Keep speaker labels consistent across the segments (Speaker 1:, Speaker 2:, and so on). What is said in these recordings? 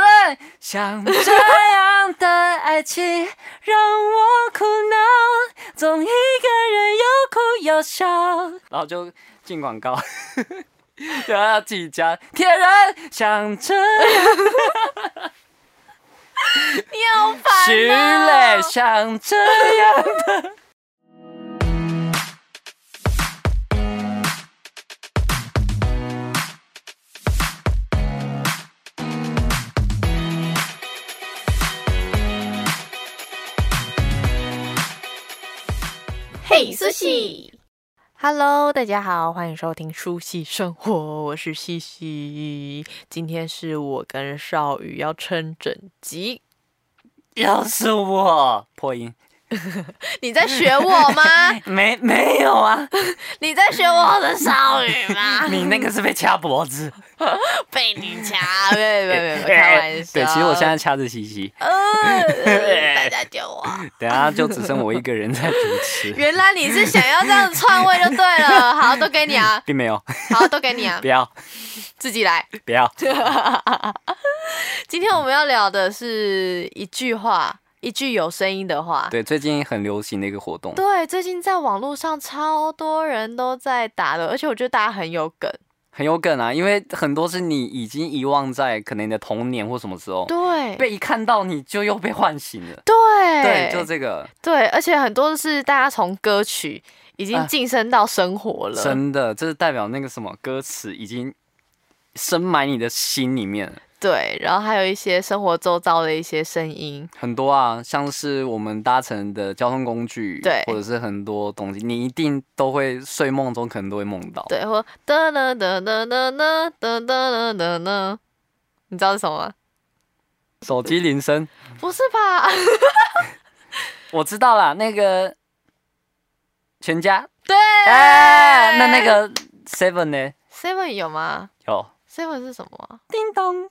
Speaker 1: 爱，像这样的爱情让我苦恼，总一个人又哭又笑。然后就进广告， 对啊，要自己加铁人，像这样
Speaker 2: 你好
Speaker 1: 徐
Speaker 2: 烦
Speaker 1: 磊，
Speaker 2: 哦！
Speaker 1: 像这样的。
Speaker 2: 嘿，苏西，
Speaker 3: Hello，大家好，欢迎收听《舒戏生活》，我是西西。今天是我跟少宇要撑整集，
Speaker 1: 要是我破音，
Speaker 3: 你在学我 吗？
Speaker 1: 没没有啊？
Speaker 3: 你在学我的少宇吗？
Speaker 1: 你那个是被掐脖子。
Speaker 3: 被你掐，没有没有没 有，开玩笑。
Speaker 1: 对，其实我现在掐着西西，
Speaker 3: 呃，大家救 我！
Speaker 1: 等下就只剩我一个人在主 持，
Speaker 3: 原来你是想要这样篡位就对 了，好，都给你啊，
Speaker 1: 并没有，
Speaker 3: 好，都给你啊
Speaker 1: 不，要
Speaker 3: 自己来。
Speaker 1: 不要，
Speaker 3: 今天我们要聊的是一句话，一句有声音的话。
Speaker 1: 对，最近很流行的一个活动，
Speaker 3: 对，最近在网络上超多人都在打的，而且我觉得大家很有梗。
Speaker 1: 很有梗啊，因为很多是你已经遗忘在可能你的童年或什么时
Speaker 3: 哦
Speaker 1: 候，
Speaker 3: 对，
Speaker 1: 被一看到你就又被唤醒了。
Speaker 3: 对
Speaker 1: 对，就这个，
Speaker 3: 对，而且很多是大家从歌曲已经
Speaker 1: 啊
Speaker 3: 晋升到生活了。
Speaker 1: 真的，这是代表那个什么歌词已经深埋你的心里面了，
Speaker 3: 对，然后还有一些生活周遭的一些声音。
Speaker 1: 很多啊，像是我们搭乘的交通工具，
Speaker 3: 对
Speaker 1: 或者是很多东西，你一定都会睡梦中可能都会梦到，
Speaker 3: 对，或噔噔噔噔噔噔噔噔噔噔，你知道是什么吗？
Speaker 1: 手机铃声。
Speaker 3: 不是吧？
Speaker 1: 我知道啦，那个全家，
Speaker 3: 对，
Speaker 1: 哎、那那个 Seven 呢？
Speaker 3: Seven 有吗
Speaker 1: 有
Speaker 3: ？Seven 是什么啊？
Speaker 1: 叮咚，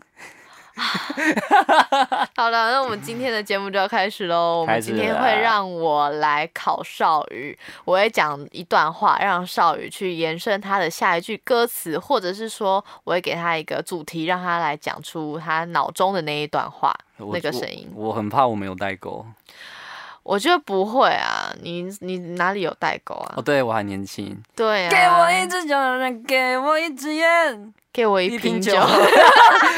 Speaker 3: 好了，那我们今天的节目就要开始喽。我
Speaker 1: 开
Speaker 3: 们
Speaker 1: 始
Speaker 3: 今天
Speaker 1: 了
Speaker 3: 会让我来考少宇，我会讲一段话，让少宇去延伸他的下一句歌词，或者是说我会给他一个主题，让他来讲出他脑中的那一段话，
Speaker 1: 我
Speaker 3: 那个声音。
Speaker 1: 我，我很怕我没有代沟。
Speaker 3: 我觉得不会啊，你你哪里有代沟啊？
Speaker 1: 哦，对我还年轻。
Speaker 3: 对啊，
Speaker 1: 支酒，给我一支烟，
Speaker 3: 给我
Speaker 1: 一
Speaker 3: 一
Speaker 1: 瓶
Speaker 3: 瓶
Speaker 1: 酒
Speaker 3: 酒。，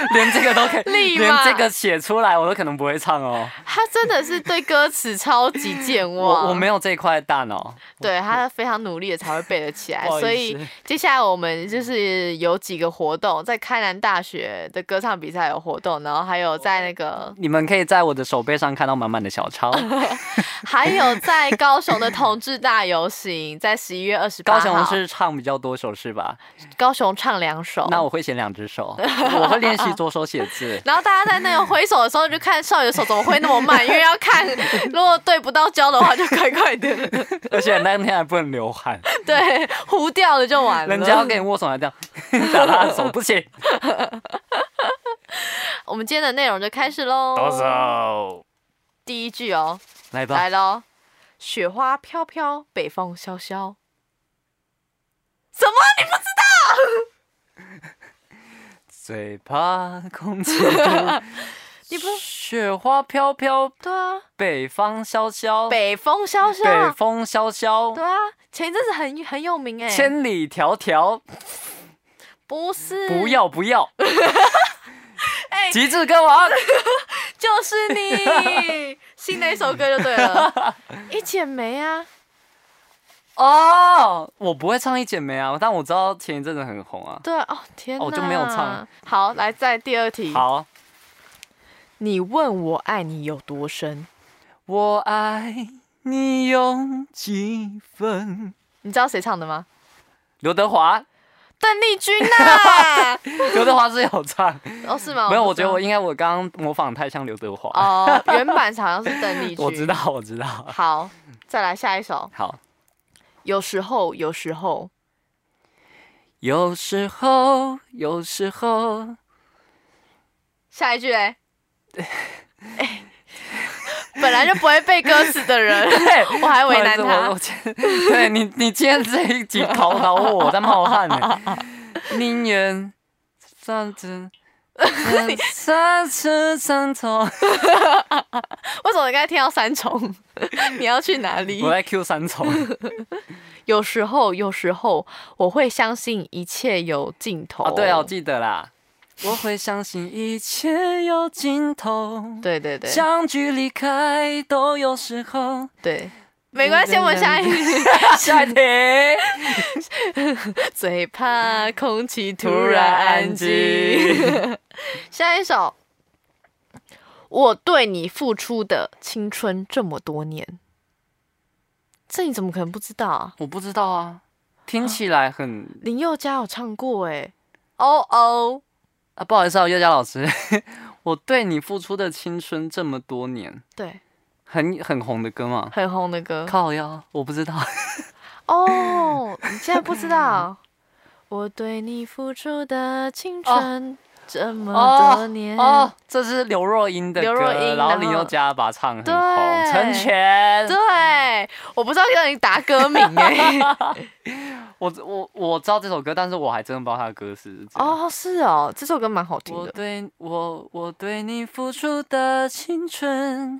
Speaker 1: 连这个都可以，
Speaker 3: 立
Speaker 1: 连
Speaker 3: 马
Speaker 1: 这个写出来我都可能不会唱哦。
Speaker 3: 他真的是对歌词超级健忘，
Speaker 1: 我我没有这一块大脑，
Speaker 3: 对他非常努力的才会背得起 来
Speaker 1: 不，好意思
Speaker 3: 所以接下来我们就是有几个活动，在开南大学的歌唱比赛有活动，然后还有在 那个，
Speaker 1: 你们可以在我的手背上看到满满的小 抄。
Speaker 3: 还有在高雄的同志大游行，在十一月二十八
Speaker 1: 高
Speaker 3: 号，
Speaker 1: 雄是唱比较多首是吧？
Speaker 3: 高雄唱两首，
Speaker 1: 那我会写两只手，我会练习 左手写字。
Speaker 3: 然后大家在那个挥手的时候，就看少爷手怎么挥那么慢，因为要看如果对不到焦的话，就快快 的，
Speaker 1: 而且那天还不能流 汗，
Speaker 3: 对，糊掉了就完了。
Speaker 1: 人家要跟你握手还这 样打他的手，不行。
Speaker 3: 我们今天的内容就开始喽，
Speaker 1: 手，
Speaker 3: 第一句哦。
Speaker 1: 来吧
Speaker 3: 来，喽！雪花飘飘，北风萧萧。什么？你不知
Speaker 1: 最怕空气中
Speaker 3: 你不
Speaker 1: 雪花飘飘，
Speaker 3: 对啊，
Speaker 1: 北方萧萧，
Speaker 3: 北风萧萧。
Speaker 1: 北风萧萧
Speaker 3: 对，啊，前一阵子很很有名哎、
Speaker 1: 千里迢迢，
Speaker 3: 不是，
Speaker 1: 不，要不要，
Speaker 3: 嗯 哎、
Speaker 1: 极致歌王，
Speaker 3: 就是你新的一首歌就对了，一剪梅啊，
Speaker 1: 哦，我不会唱《一剪梅》啊，但我知道前一阵子很红啊。
Speaker 3: 对啊哦，天哪，
Speaker 1: 哦我就没有唱。
Speaker 3: 好，来再第二题。，
Speaker 1: 好，
Speaker 3: 你问我爱你有多深？
Speaker 1: 我爱你有几分？
Speaker 3: 你知道谁唱 的吗？
Speaker 1: 刘德华，
Speaker 3: 邓丽君 呐、
Speaker 1: 刘德华是有唱。
Speaker 3: 哦，是吗？
Speaker 1: 没有，我
Speaker 3: 不知
Speaker 1: 觉得
Speaker 3: 道
Speaker 1: 我应该我刚刚模仿太像刘德华。
Speaker 3: 哦，原版好像是邓丽 君。
Speaker 1: 我知。道，我知道。
Speaker 3: 好，再来下一首。
Speaker 1: 好，
Speaker 3: 有时候，有时候，
Speaker 1: 有时候，有时候，
Speaker 3: 下 一句嘞。哎本来就不会背歌词 的人， 我还为难
Speaker 1: 不好意思我我。今
Speaker 3: 他
Speaker 1: 天对你，你今天这一集考倒我，我在冒汗呢。宁愿算真， 三次三重，
Speaker 3: 为什么你刚才听到 三重？你要去哪里
Speaker 1: 我？在 Q 三重。
Speaker 3: 有时候，有时候我会相信一切有尽头。
Speaker 1: 哦，对啊，我记得啦。我会相信一切有尽头，
Speaker 3: 对对对
Speaker 1: 相聚离开都有时候。
Speaker 3: 对，没关系，我们下一
Speaker 1: 下一题，
Speaker 3: 最怕空气突然安静。下一首，我对你付出的青春这么多年，这你怎么可能不知道啊？
Speaker 1: 我不知道啊，听起来很
Speaker 3: 林宥嘉有唱过哎、哦哦，
Speaker 1: 啊，不好意思啊，宥嘉老师， 我对你付出的青春这么多年，
Speaker 3: 对，
Speaker 1: 很很红的歌嘛。
Speaker 3: 很红的歌
Speaker 1: 靠腰，我不知 道。
Speaker 3: 哦，你竟然不知道？我对你付出的青春这么多年，
Speaker 1: 哦，这是刘若英的歌，
Speaker 3: 刘若英
Speaker 1: 然后
Speaker 3: 然后
Speaker 1: 林宥嘉把它唱很红，
Speaker 3: 对
Speaker 1: 成全。
Speaker 3: 哦对，我不知道让你答歌名哎、
Speaker 1: 我我我知道这首歌，但是我还真的不知道他的歌词是怎样。
Speaker 3: 哦，是哦，这首歌蛮好听
Speaker 1: 我
Speaker 3: 的。
Speaker 1: 对我我对你付出的青春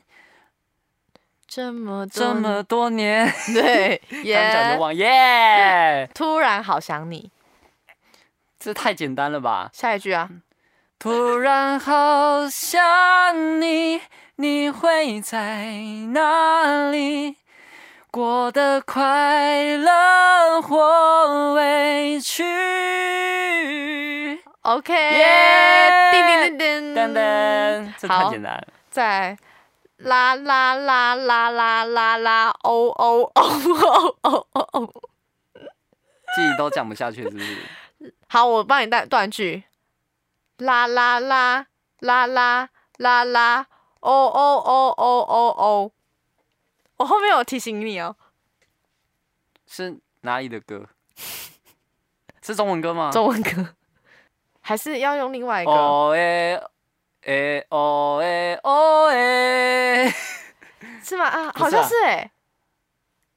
Speaker 3: 这么多
Speaker 1: 这么多年，
Speaker 3: 对
Speaker 1: 刚讲
Speaker 3: 耶
Speaker 1: 的忘耶，
Speaker 3: 突然好想你，
Speaker 1: 这太简单了吧？
Speaker 3: 下一句啊，
Speaker 1: 突然好想你，你会在哪里？过得快乐或委屈？
Speaker 3: OK，
Speaker 1: 耶
Speaker 3: 叮叮
Speaker 1: 噔
Speaker 3: 叮叮
Speaker 1: 噔，这太
Speaker 3: 好
Speaker 1: 简单了。
Speaker 3: 在啦啦啦啦啦啦啦，哦哦哦哦哦哦哦，
Speaker 1: 自己都讲不下去，是不 是？
Speaker 3: 好，我帮你断断句，啦啦啦啦啦啦啦，哦哦哦哦哦哦，我后面有提醒你哦，
Speaker 1: 是哪里的歌？是中文歌吗？
Speaker 3: 中文歌，还是要用另外一个
Speaker 1: 哦诶诶哦诶哦诶，
Speaker 3: 是吗？啊，
Speaker 1: 不是
Speaker 3: 好像
Speaker 1: 啊
Speaker 3: 是哎，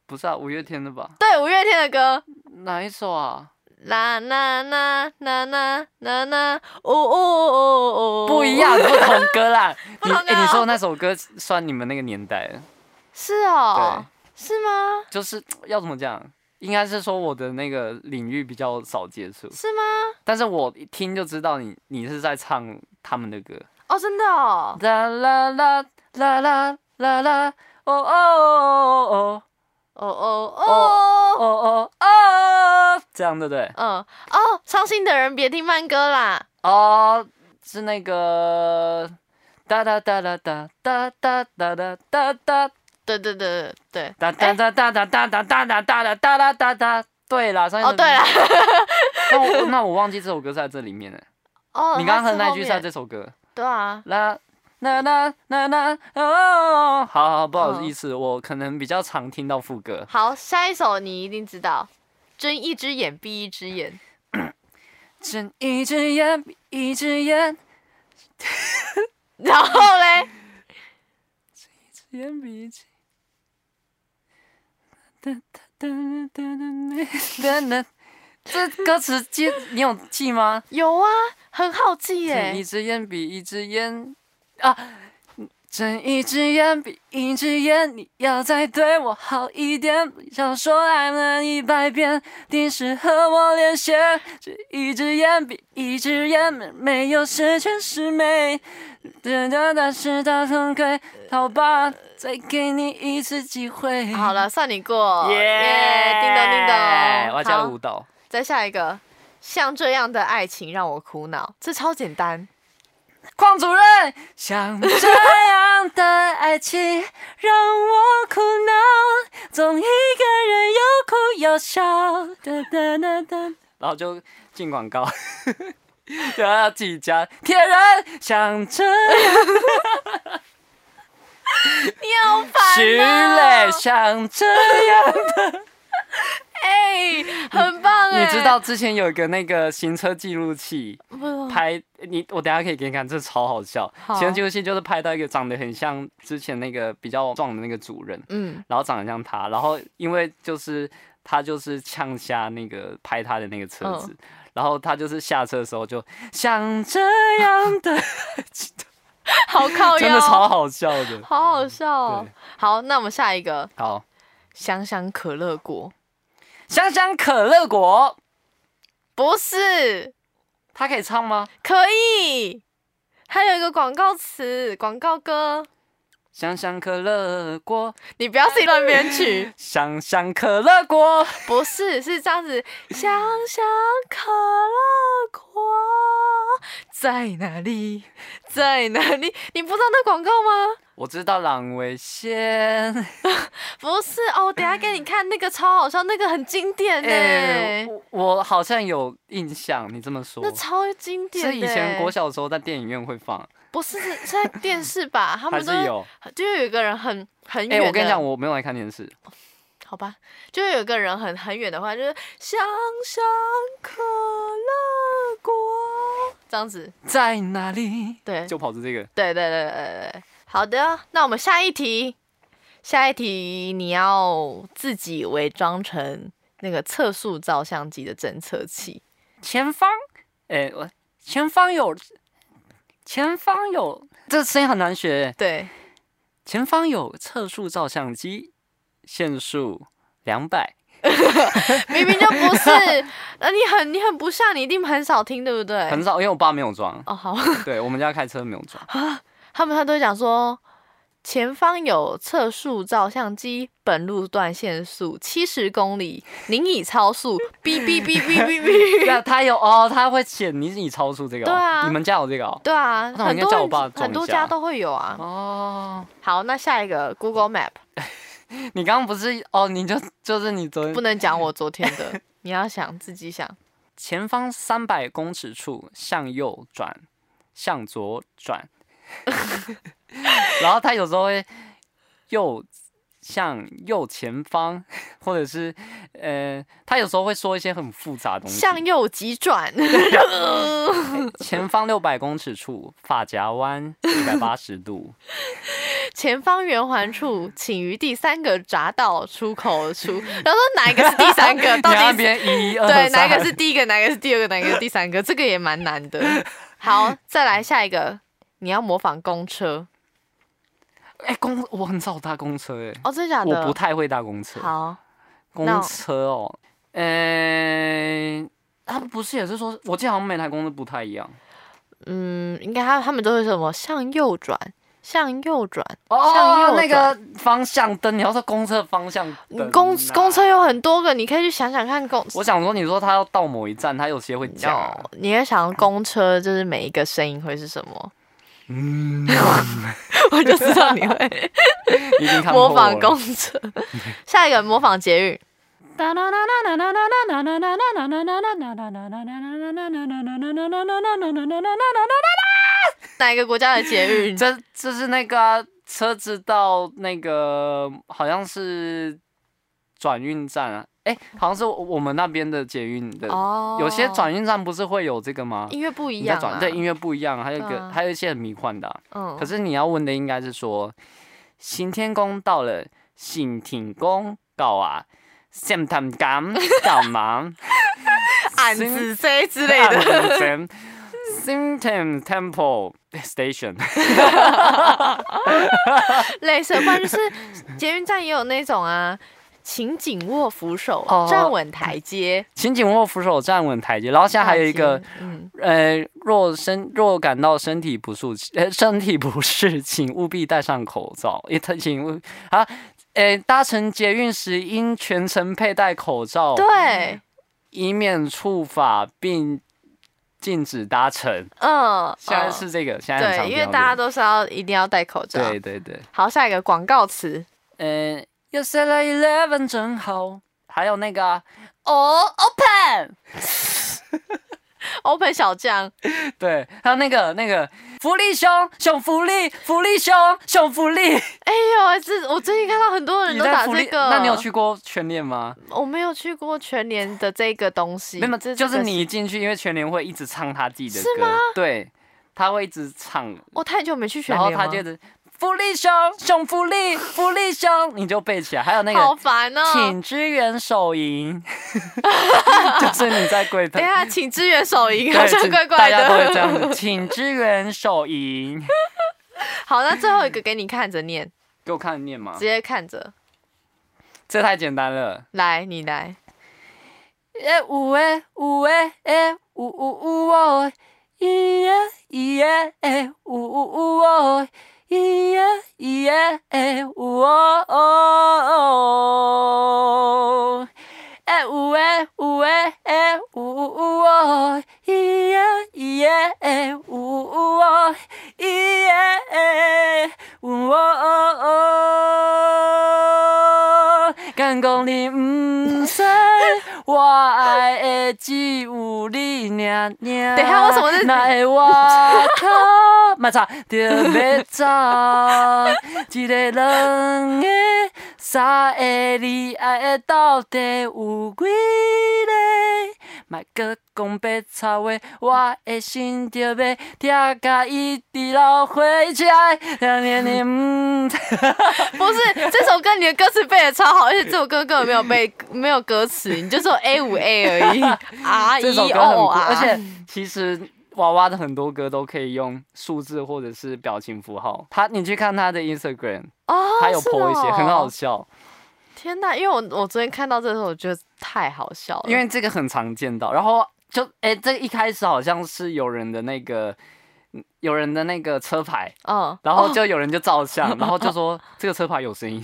Speaker 1: 不是啊，五月天的吧？
Speaker 3: 对，五月天的歌。
Speaker 1: 哪一首啊？
Speaker 3: 啦啦啦啦啦啦啦，哦哦哦哦哦，
Speaker 1: 不一样，不同歌啦。
Speaker 3: 不
Speaker 1: 你
Speaker 3: 同歌
Speaker 1: 诶你
Speaker 3: 哦
Speaker 1: 说的那首歌算你们那个年代的，
Speaker 3: 是哦，是吗？
Speaker 1: 就是要怎么讲？应该是说我的那个领域比较少接触，
Speaker 3: 是吗？
Speaker 1: 但是我一听就知道你你是在唱他们的歌。
Speaker 3: 哦，真的哦，
Speaker 1: 啦啦啦啦啦啦啦，哦哦哦
Speaker 3: 哦哦哦
Speaker 1: 哦哦，哦哦哦，这样对不对？
Speaker 3: 嗯，哦，伤心的人别听慢歌啦，
Speaker 1: 哦，是那个哒哒哒哒哒哒哒哒哒哒哒。
Speaker 3: 对对对对
Speaker 1: 哒哒哒哒哒哒哒哒哒哒哒哒哒哒哒。对啦，上
Speaker 3: 对，
Speaker 1: 一首
Speaker 3: 哦对 了，
Speaker 1: 那我那我忘记这首歌是在这里面了。
Speaker 3: 哦，
Speaker 1: 你刚刚哼那
Speaker 3: 它
Speaker 1: 一句是在
Speaker 3: 后面
Speaker 1: 这首歌。
Speaker 3: 对啊，
Speaker 1: 啦啦啦啦啦哦，好好不
Speaker 3: 嗯
Speaker 1: 好意思，我可能比较常听到副歌。
Speaker 3: 好，下一首你一定知道，睁一只眼闭一只眼，
Speaker 1: 睁一只眼闭一只眼，
Speaker 3: 然后 嘞，
Speaker 1: 只眼闭一只。哒哒哒哒哒哒哒哒。这歌词记你有记吗？
Speaker 3: 有啊，很好记
Speaker 1: 睁一
Speaker 3: 耶，
Speaker 1: 只眼闭一只眼啊！睁一只眼闭一只眼，你要再对我好一点，想说爱了一百遍，定时和我连线。睁一只眼闭一只眼，没没有十全十美，真的大是大崩溃。好吧，再给你一次机会。
Speaker 3: 好了，算你过，
Speaker 1: 耶，
Speaker 3: 叮咚叮咚，
Speaker 1: 我要加
Speaker 3: 好
Speaker 1: 入舞蹈。
Speaker 3: 再下一个，像这样的爱情让我苦恼，这超简单。
Speaker 1: 邝主任，像这样的爱情让我苦恼，总一个人又哭又笑。哒哒哒哒，然后就进广告， 然后要自己加铁人，像这样
Speaker 3: 你好
Speaker 1: 徐
Speaker 3: 烦
Speaker 1: 磊，
Speaker 3: 哦！
Speaker 1: 像这样。
Speaker 3: 哎、很棒哎、
Speaker 1: 你知道之前有一个那个行车记录器
Speaker 3: 不不
Speaker 1: 拍你，我等一下可以给你看，这超好笑。
Speaker 3: 好
Speaker 1: 行车记录器就是拍到一个长得很像之前那个比较壮的那个主任。
Speaker 3: 嗯，
Speaker 1: 然后长得像
Speaker 3: 嗯
Speaker 1: 他，然后因为就是他就是呛下那个拍他的那个车子，然后他就是下车的时候就像这样 的，
Speaker 3: 哎好靠
Speaker 1: 真
Speaker 3: 腰
Speaker 1: 的
Speaker 3: 哦，
Speaker 1: 超好笑的。
Speaker 3: 好好笑哦
Speaker 1: 对。
Speaker 3: 好，那我们下一个
Speaker 1: 好，
Speaker 3: 香香可乐果，
Speaker 1: 香香可乐果，
Speaker 3: 不是，
Speaker 1: 它可以唱吗？
Speaker 3: 可以。还有一个广告词，广告歌，
Speaker 1: 香香可乐果，，
Speaker 3: 你不要自己乱编曲
Speaker 1: 香香可乐果，
Speaker 3: 不是，是这样子。香香可乐果在哪里？在哪里？你不知道那广告吗？
Speaker 1: 我知道朗维先。
Speaker 3: 不是哦，等一下给你看那个超好笑，那个很经典呢、
Speaker 1: 哎、我我好像有印象，你这么说
Speaker 3: 那，超经典、欸。
Speaker 1: 是以前国小的时候在电影院会放，
Speaker 3: 不是是是在电视吧？他
Speaker 1: 还
Speaker 3: 们都
Speaker 1: 是有？
Speaker 3: 就有一个人很很
Speaker 1: 哎、
Speaker 3: 远、的
Speaker 1: 我跟你讲，我没有来看电视，
Speaker 3: 好吧，就有一个人很很远的话，就是香香可乐果这样子。
Speaker 1: 在哪里？
Speaker 3: 对，
Speaker 1: 就跑着这个，
Speaker 3: 对对对对对对。好的，那我们下一题，下一题你要自己伪装成那个测速照相机的侦测器。
Speaker 1: 前方，哎、我前方有，前方有，这声音很难学。
Speaker 3: 对，
Speaker 1: 前方有测速照相机，限速两百。
Speaker 3: 明明就不是，那你很你很不像，你一定很少听，对不对？，
Speaker 1: 很少，因为我爸没有装
Speaker 3: 哦，好，
Speaker 1: 哎 对我们家开车没有装，
Speaker 3: 他们他都会讲说，前方有测速照相机，本路段限速七十公里，您已超速，哔哔哔哔哔 哔。
Speaker 1: 那他有哦，他会显你你超速这个、哦，
Speaker 3: 对啊
Speaker 1: 你们家有这个哦，
Speaker 3: 对啊，
Speaker 1: 那我应
Speaker 3: 很
Speaker 1: 该
Speaker 3: 多
Speaker 1: 叫我爸
Speaker 3: 人
Speaker 1: 撞一
Speaker 3: 很多
Speaker 1: 下
Speaker 3: 家都会有啊。
Speaker 1: 哦，
Speaker 3: 好，那下一个 Google Map
Speaker 1: 你刚刚不是哦？你就就是你昨
Speaker 3: 不
Speaker 1: 天
Speaker 3: 能讲我昨天的，你要想自己想。
Speaker 1: 前方三百公尺处向右转，向左 转，然后他有时候会右向右前方，或者是呃，他有时候会说一些很复杂的东西。
Speaker 3: 向右急转，
Speaker 1: 前方六百公尺处发夹弯一百八十度，
Speaker 3: 前方圆环处，请于第三个匝道出口处。然后说哪一个是第三 个？ 到
Speaker 1: 你那
Speaker 3: 底是
Speaker 1: 边一二
Speaker 3: 对，哪一个
Speaker 1: 三
Speaker 3: 是第一个，哪一个是第二个，哪一个是第三个，这个也蛮难的。好，再来下一个，你要模仿公车
Speaker 1: 哎、公我很少搭公车哎、
Speaker 3: 哦，真的假的？
Speaker 1: 我不太会搭公车。
Speaker 3: 好，
Speaker 1: 公
Speaker 3: 那
Speaker 1: 车哦，嗯、他不是也是说，我记得好像每台公车不太一样。
Speaker 3: 嗯，应该他他们都会说什么向右转，向右转。嗯向
Speaker 1: 哦
Speaker 3: 右，
Speaker 1: 那个
Speaker 3: 转
Speaker 1: 方向灯，你要说公车方向灯、啊
Speaker 3: 公公车，有很多个，你可以去想想看公。
Speaker 1: 我想说，你说他要到某一站，他有些会讲啊、
Speaker 3: 哦，你也想公车就是每一个声音会是什 么？
Speaker 1: 嗯，
Speaker 3: 我就知道 你会
Speaker 1: 你已经看破
Speaker 3: 模
Speaker 1: 我
Speaker 3: 仿
Speaker 1: 了
Speaker 3: 公 车。下一个模仿捷运，哪一个国家的捷运？
Speaker 1: 这这是那个啊、车子到那个好像是转运站啊，哎、好像是我我们那边的捷运的，
Speaker 3: 哦
Speaker 1: 有些转运站不是会有这个吗？
Speaker 3: 音乐不一
Speaker 1: 你在
Speaker 3: 样
Speaker 1: 转
Speaker 3: 啊。
Speaker 1: 对音乐不一样，还有一
Speaker 3: 对
Speaker 1: 个
Speaker 3: 啊
Speaker 1: 还有一些很迷幻的啊、
Speaker 3: 嗯
Speaker 1: 可 是你要问的应该是说，行天宫到了，行天宫到啊，向探港到 嘛，
Speaker 3: 俺
Speaker 1: 行
Speaker 3: 子 C 之
Speaker 1: 啊
Speaker 3: 类的。
Speaker 1: 的。Symptom Temple Station，
Speaker 3: 类似，不 然就是捷运站也有那种啊，请紧握扶手，
Speaker 1: 哦
Speaker 3: 站稳台阶。
Speaker 1: 请紧握扶手，站稳台阶。然后现在还有一个
Speaker 3: 大，街，嗯，
Speaker 1: 呃，若身若感到身体不适，呃，身体不适，请务必戴上口罩。也特请务啊，呃，搭乘捷运时应全程佩戴口罩，
Speaker 3: 对，
Speaker 1: 以免触法并禁止搭乘。
Speaker 3: 嗯，
Speaker 1: 现在
Speaker 3: 嗯
Speaker 1: 是这个，现在很常
Speaker 3: 对，因为
Speaker 1: 听到
Speaker 3: 大家
Speaker 1: 这个
Speaker 3: 都是要一定要戴口罩。
Speaker 1: 对对对，
Speaker 3: 好，下一个广告词，
Speaker 1: 嗯、呃，又塞了 eleven 真好，还有那个啊哦、open。
Speaker 3: open 小将，
Speaker 1: 对，还有那个那个福利熊熊福利福利熊熊福 利，
Speaker 3: 哎呦，这我最近看到很多人
Speaker 1: 你
Speaker 3: 都
Speaker 1: 在
Speaker 3: 打
Speaker 1: 福
Speaker 3: 这
Speaker 1: 利？
Speaker 3: 个，
Speaker 1: 那你有？去过全联吗？
Speaker 3: 我没有去过全年的这个东西，
Speaker 1: 没有，
Speaker 3: 这
Speaker 1: 就是。
Speaker 3: 这个
Speaker 1: 你一进去，因为全联会一直唱他自己的歌，对，他会一直唱，
Speaker 3: 我太久没去全
Speaker 1: 然后
Speaker 3: 年
Speaker 1: 他就一直福利熊，熊福利，福利熊，你就背起来。还有那
Speaker 3: 好
Speaker 1: 个，
Speaker 3: 烦哦、
Speaker 1: 请支援手淫，就是你在柜
Speaker 3: 等一
Speaker 1: 台，
Speaker 3: 下，请支援手淫，好
Speaker 1: 呃对
Speaker 3: 像
Speaker 1: 请
Speaker 3: 怪
Speaker 1: 大
Speaker 3: 怪
Speaker 1: 家都会这
Speaker 3: 的。
Speaker 1: 样子，请支援手淫。
Speaker 3: 好，那最后一个给你看着念，
Speaker 1: 给我看念吗
Speaker 3: 直？接看着，
Speaker 1: 这太简单了。
Speaker 3: 来，你来。
Speaker 1: 诶有诶有诶诶有有有哦，咿耶咿耶诶有有有哦，咿耶咿耶诶有哦哦哦，诶有诶有诶诶有有有哦，咿耶咿耶诶有有有哦，咿耶诶有哦哦哦，敢讲你毋知。我爱的只有你娘娘。
Speaker 3: 等一下为什么是
Speaker 1: 哪会我靠？嘛操，就要走，一个两个三个你爱的到底有几个？莫搁讲白草话，我的心就要痛甲一直流血起来，两年你唔知。
Speaker 3: 不是这首歌，你的歌词背的超好，而且这首歌根本没有背，没有歌词，你就说 A 五 A 而已，R
Speaker 1: 这首
Speaker 3: E
Speaker 1: 歌很
Speaker 3: O
Speaker 1: 酷，
Speaker 3: R，
Speaker 1: 而且其实娃娃的很多歌都可以用数字或者是表情符号。他，你去看他的 Instagram，
Speaker 3: 哦，
Speaker 1: 他有
Speaker 3: 是
Speaker 1: po 一些，
Speaker 3: 哦
Speaker 1: 很好。笑，
Speaker 3: 天哪，因为我我昨天看到这首，我觉得太好笑了，
Speaker 1: 因为这个很常见到。然后就哎、这一开始好像是有人的那个，有人的那个车牌。
Speaker 3: 嗯，
Speaker 1: 然后就有人就照相， 然后就说这个车牌有声音，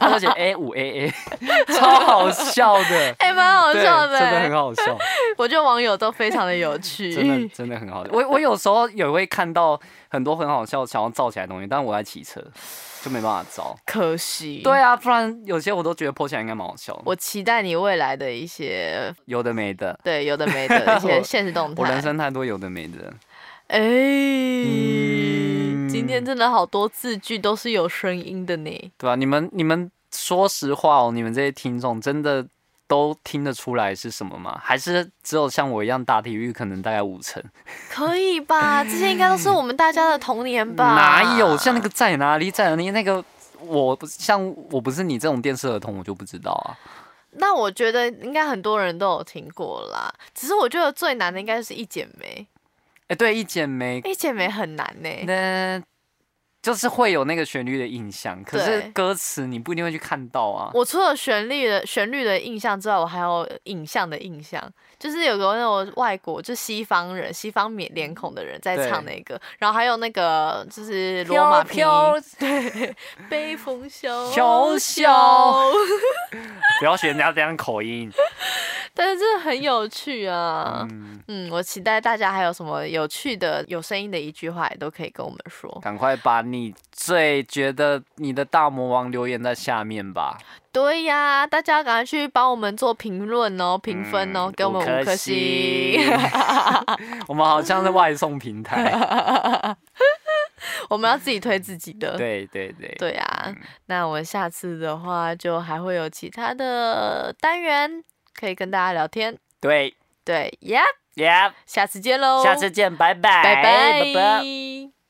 Speaker 1: 他就写 A 五 A A，超好笑的，
Speaker 3: 哎，蛮 好
Speaker 1: 对，
Speaker 3: 笑的，欸
Speaker 1: 真的很好 笑。
Speaker 3: 我觉得网友都非常的有趣，嗯
Speaker 1: 真的真的很好。我我有时候也会看到很多很好笑、想要造起来的东西，但我在骑车，就没办法造。
Speaker 3: 可惜。
Speaker 1: 对，啊，不然有些我都觉得 po 起来应该蛮好笑的。
Speaker 3: 我期待你未来的一些
Speaker 1: 有的没的，
Speaker 3: 对有的没的一些
Speaker 1: 我
Speaker 3: 现实动态。
Speaker 1: 我人生太多有的没的。
Speaker 3: 哎、
Speaker 1: 嗯
Speaker 3: 今天真的好多字句都是有声音的呢。
Speaker 1: 对吧、你们你们说实话哦，你们这些听众真的都听得出来是什么吗？还是只有像我一样打体育，可能大概五成？
Speaker 3: 可 以吧？这些应该都是我们大家的童年吧？
Speaker 1: 哪有像那个在哪里在哪里那个？我不像我不是你这种电视儿童，我就不知道啊。
Speaker 3: 那我觉得应该很多人都有听过啦。只是我觉得最难的应该是一剪梅，
Speaker 1: 哎、对，一剪梅
Speaker 3: 一剪梅很难呢、
Speaker 1: 那就是会有那个旋律的印象，可是
Speaker 3: 对
Speaker 1: 歌词你不一定会去看到啊。
Speaker 3: 我除了旋律的旋律的印象之外，我还有影像的印象，就是有个那种外国，就西方人、西方面脸孔的人在唱那个，然后还有那个就是罗马拼音
Speaker 1: 飘
Speaker 3: 北风萧
Speaker 1: 萧萧
Speaker 3: 萧，
Speaker 1: 不要学人家这样口音。
Speaker 3: 但是真的很有趣啊。
Speaker 1: 嗯，
Speaker 3: 嗯，我期待大家还有什么有趣的、有声音的一句话，也都可以跟我们说。
Speaker 1: 赶快把你最觉得你的大魔王留言在下面吧。
Speaker 3: 对呀，大家赶快去帮我们做评论哦、评分哦、
Speaker 1: 嗯
Speaker 3: 给我们五颗星。。
Speaker 1: 我们好像是外送平台。
Speaker 3: 我们要自己推自己的。
Speaker 1: 对对对。
Speaker 3: 对啊，那我们下次的话就还会有其他的单元可以跟大家聊天。
Speaker 1: 对
Speaker 3: 对，呀、
Speaker 1: ，Yeah，
Speaker 3: 下次见喽，
Speaker 1: 下次见，拜拜，
Speaker 3: 拜拜
Speaker 1: 拜拜。
Speaker 3: 拜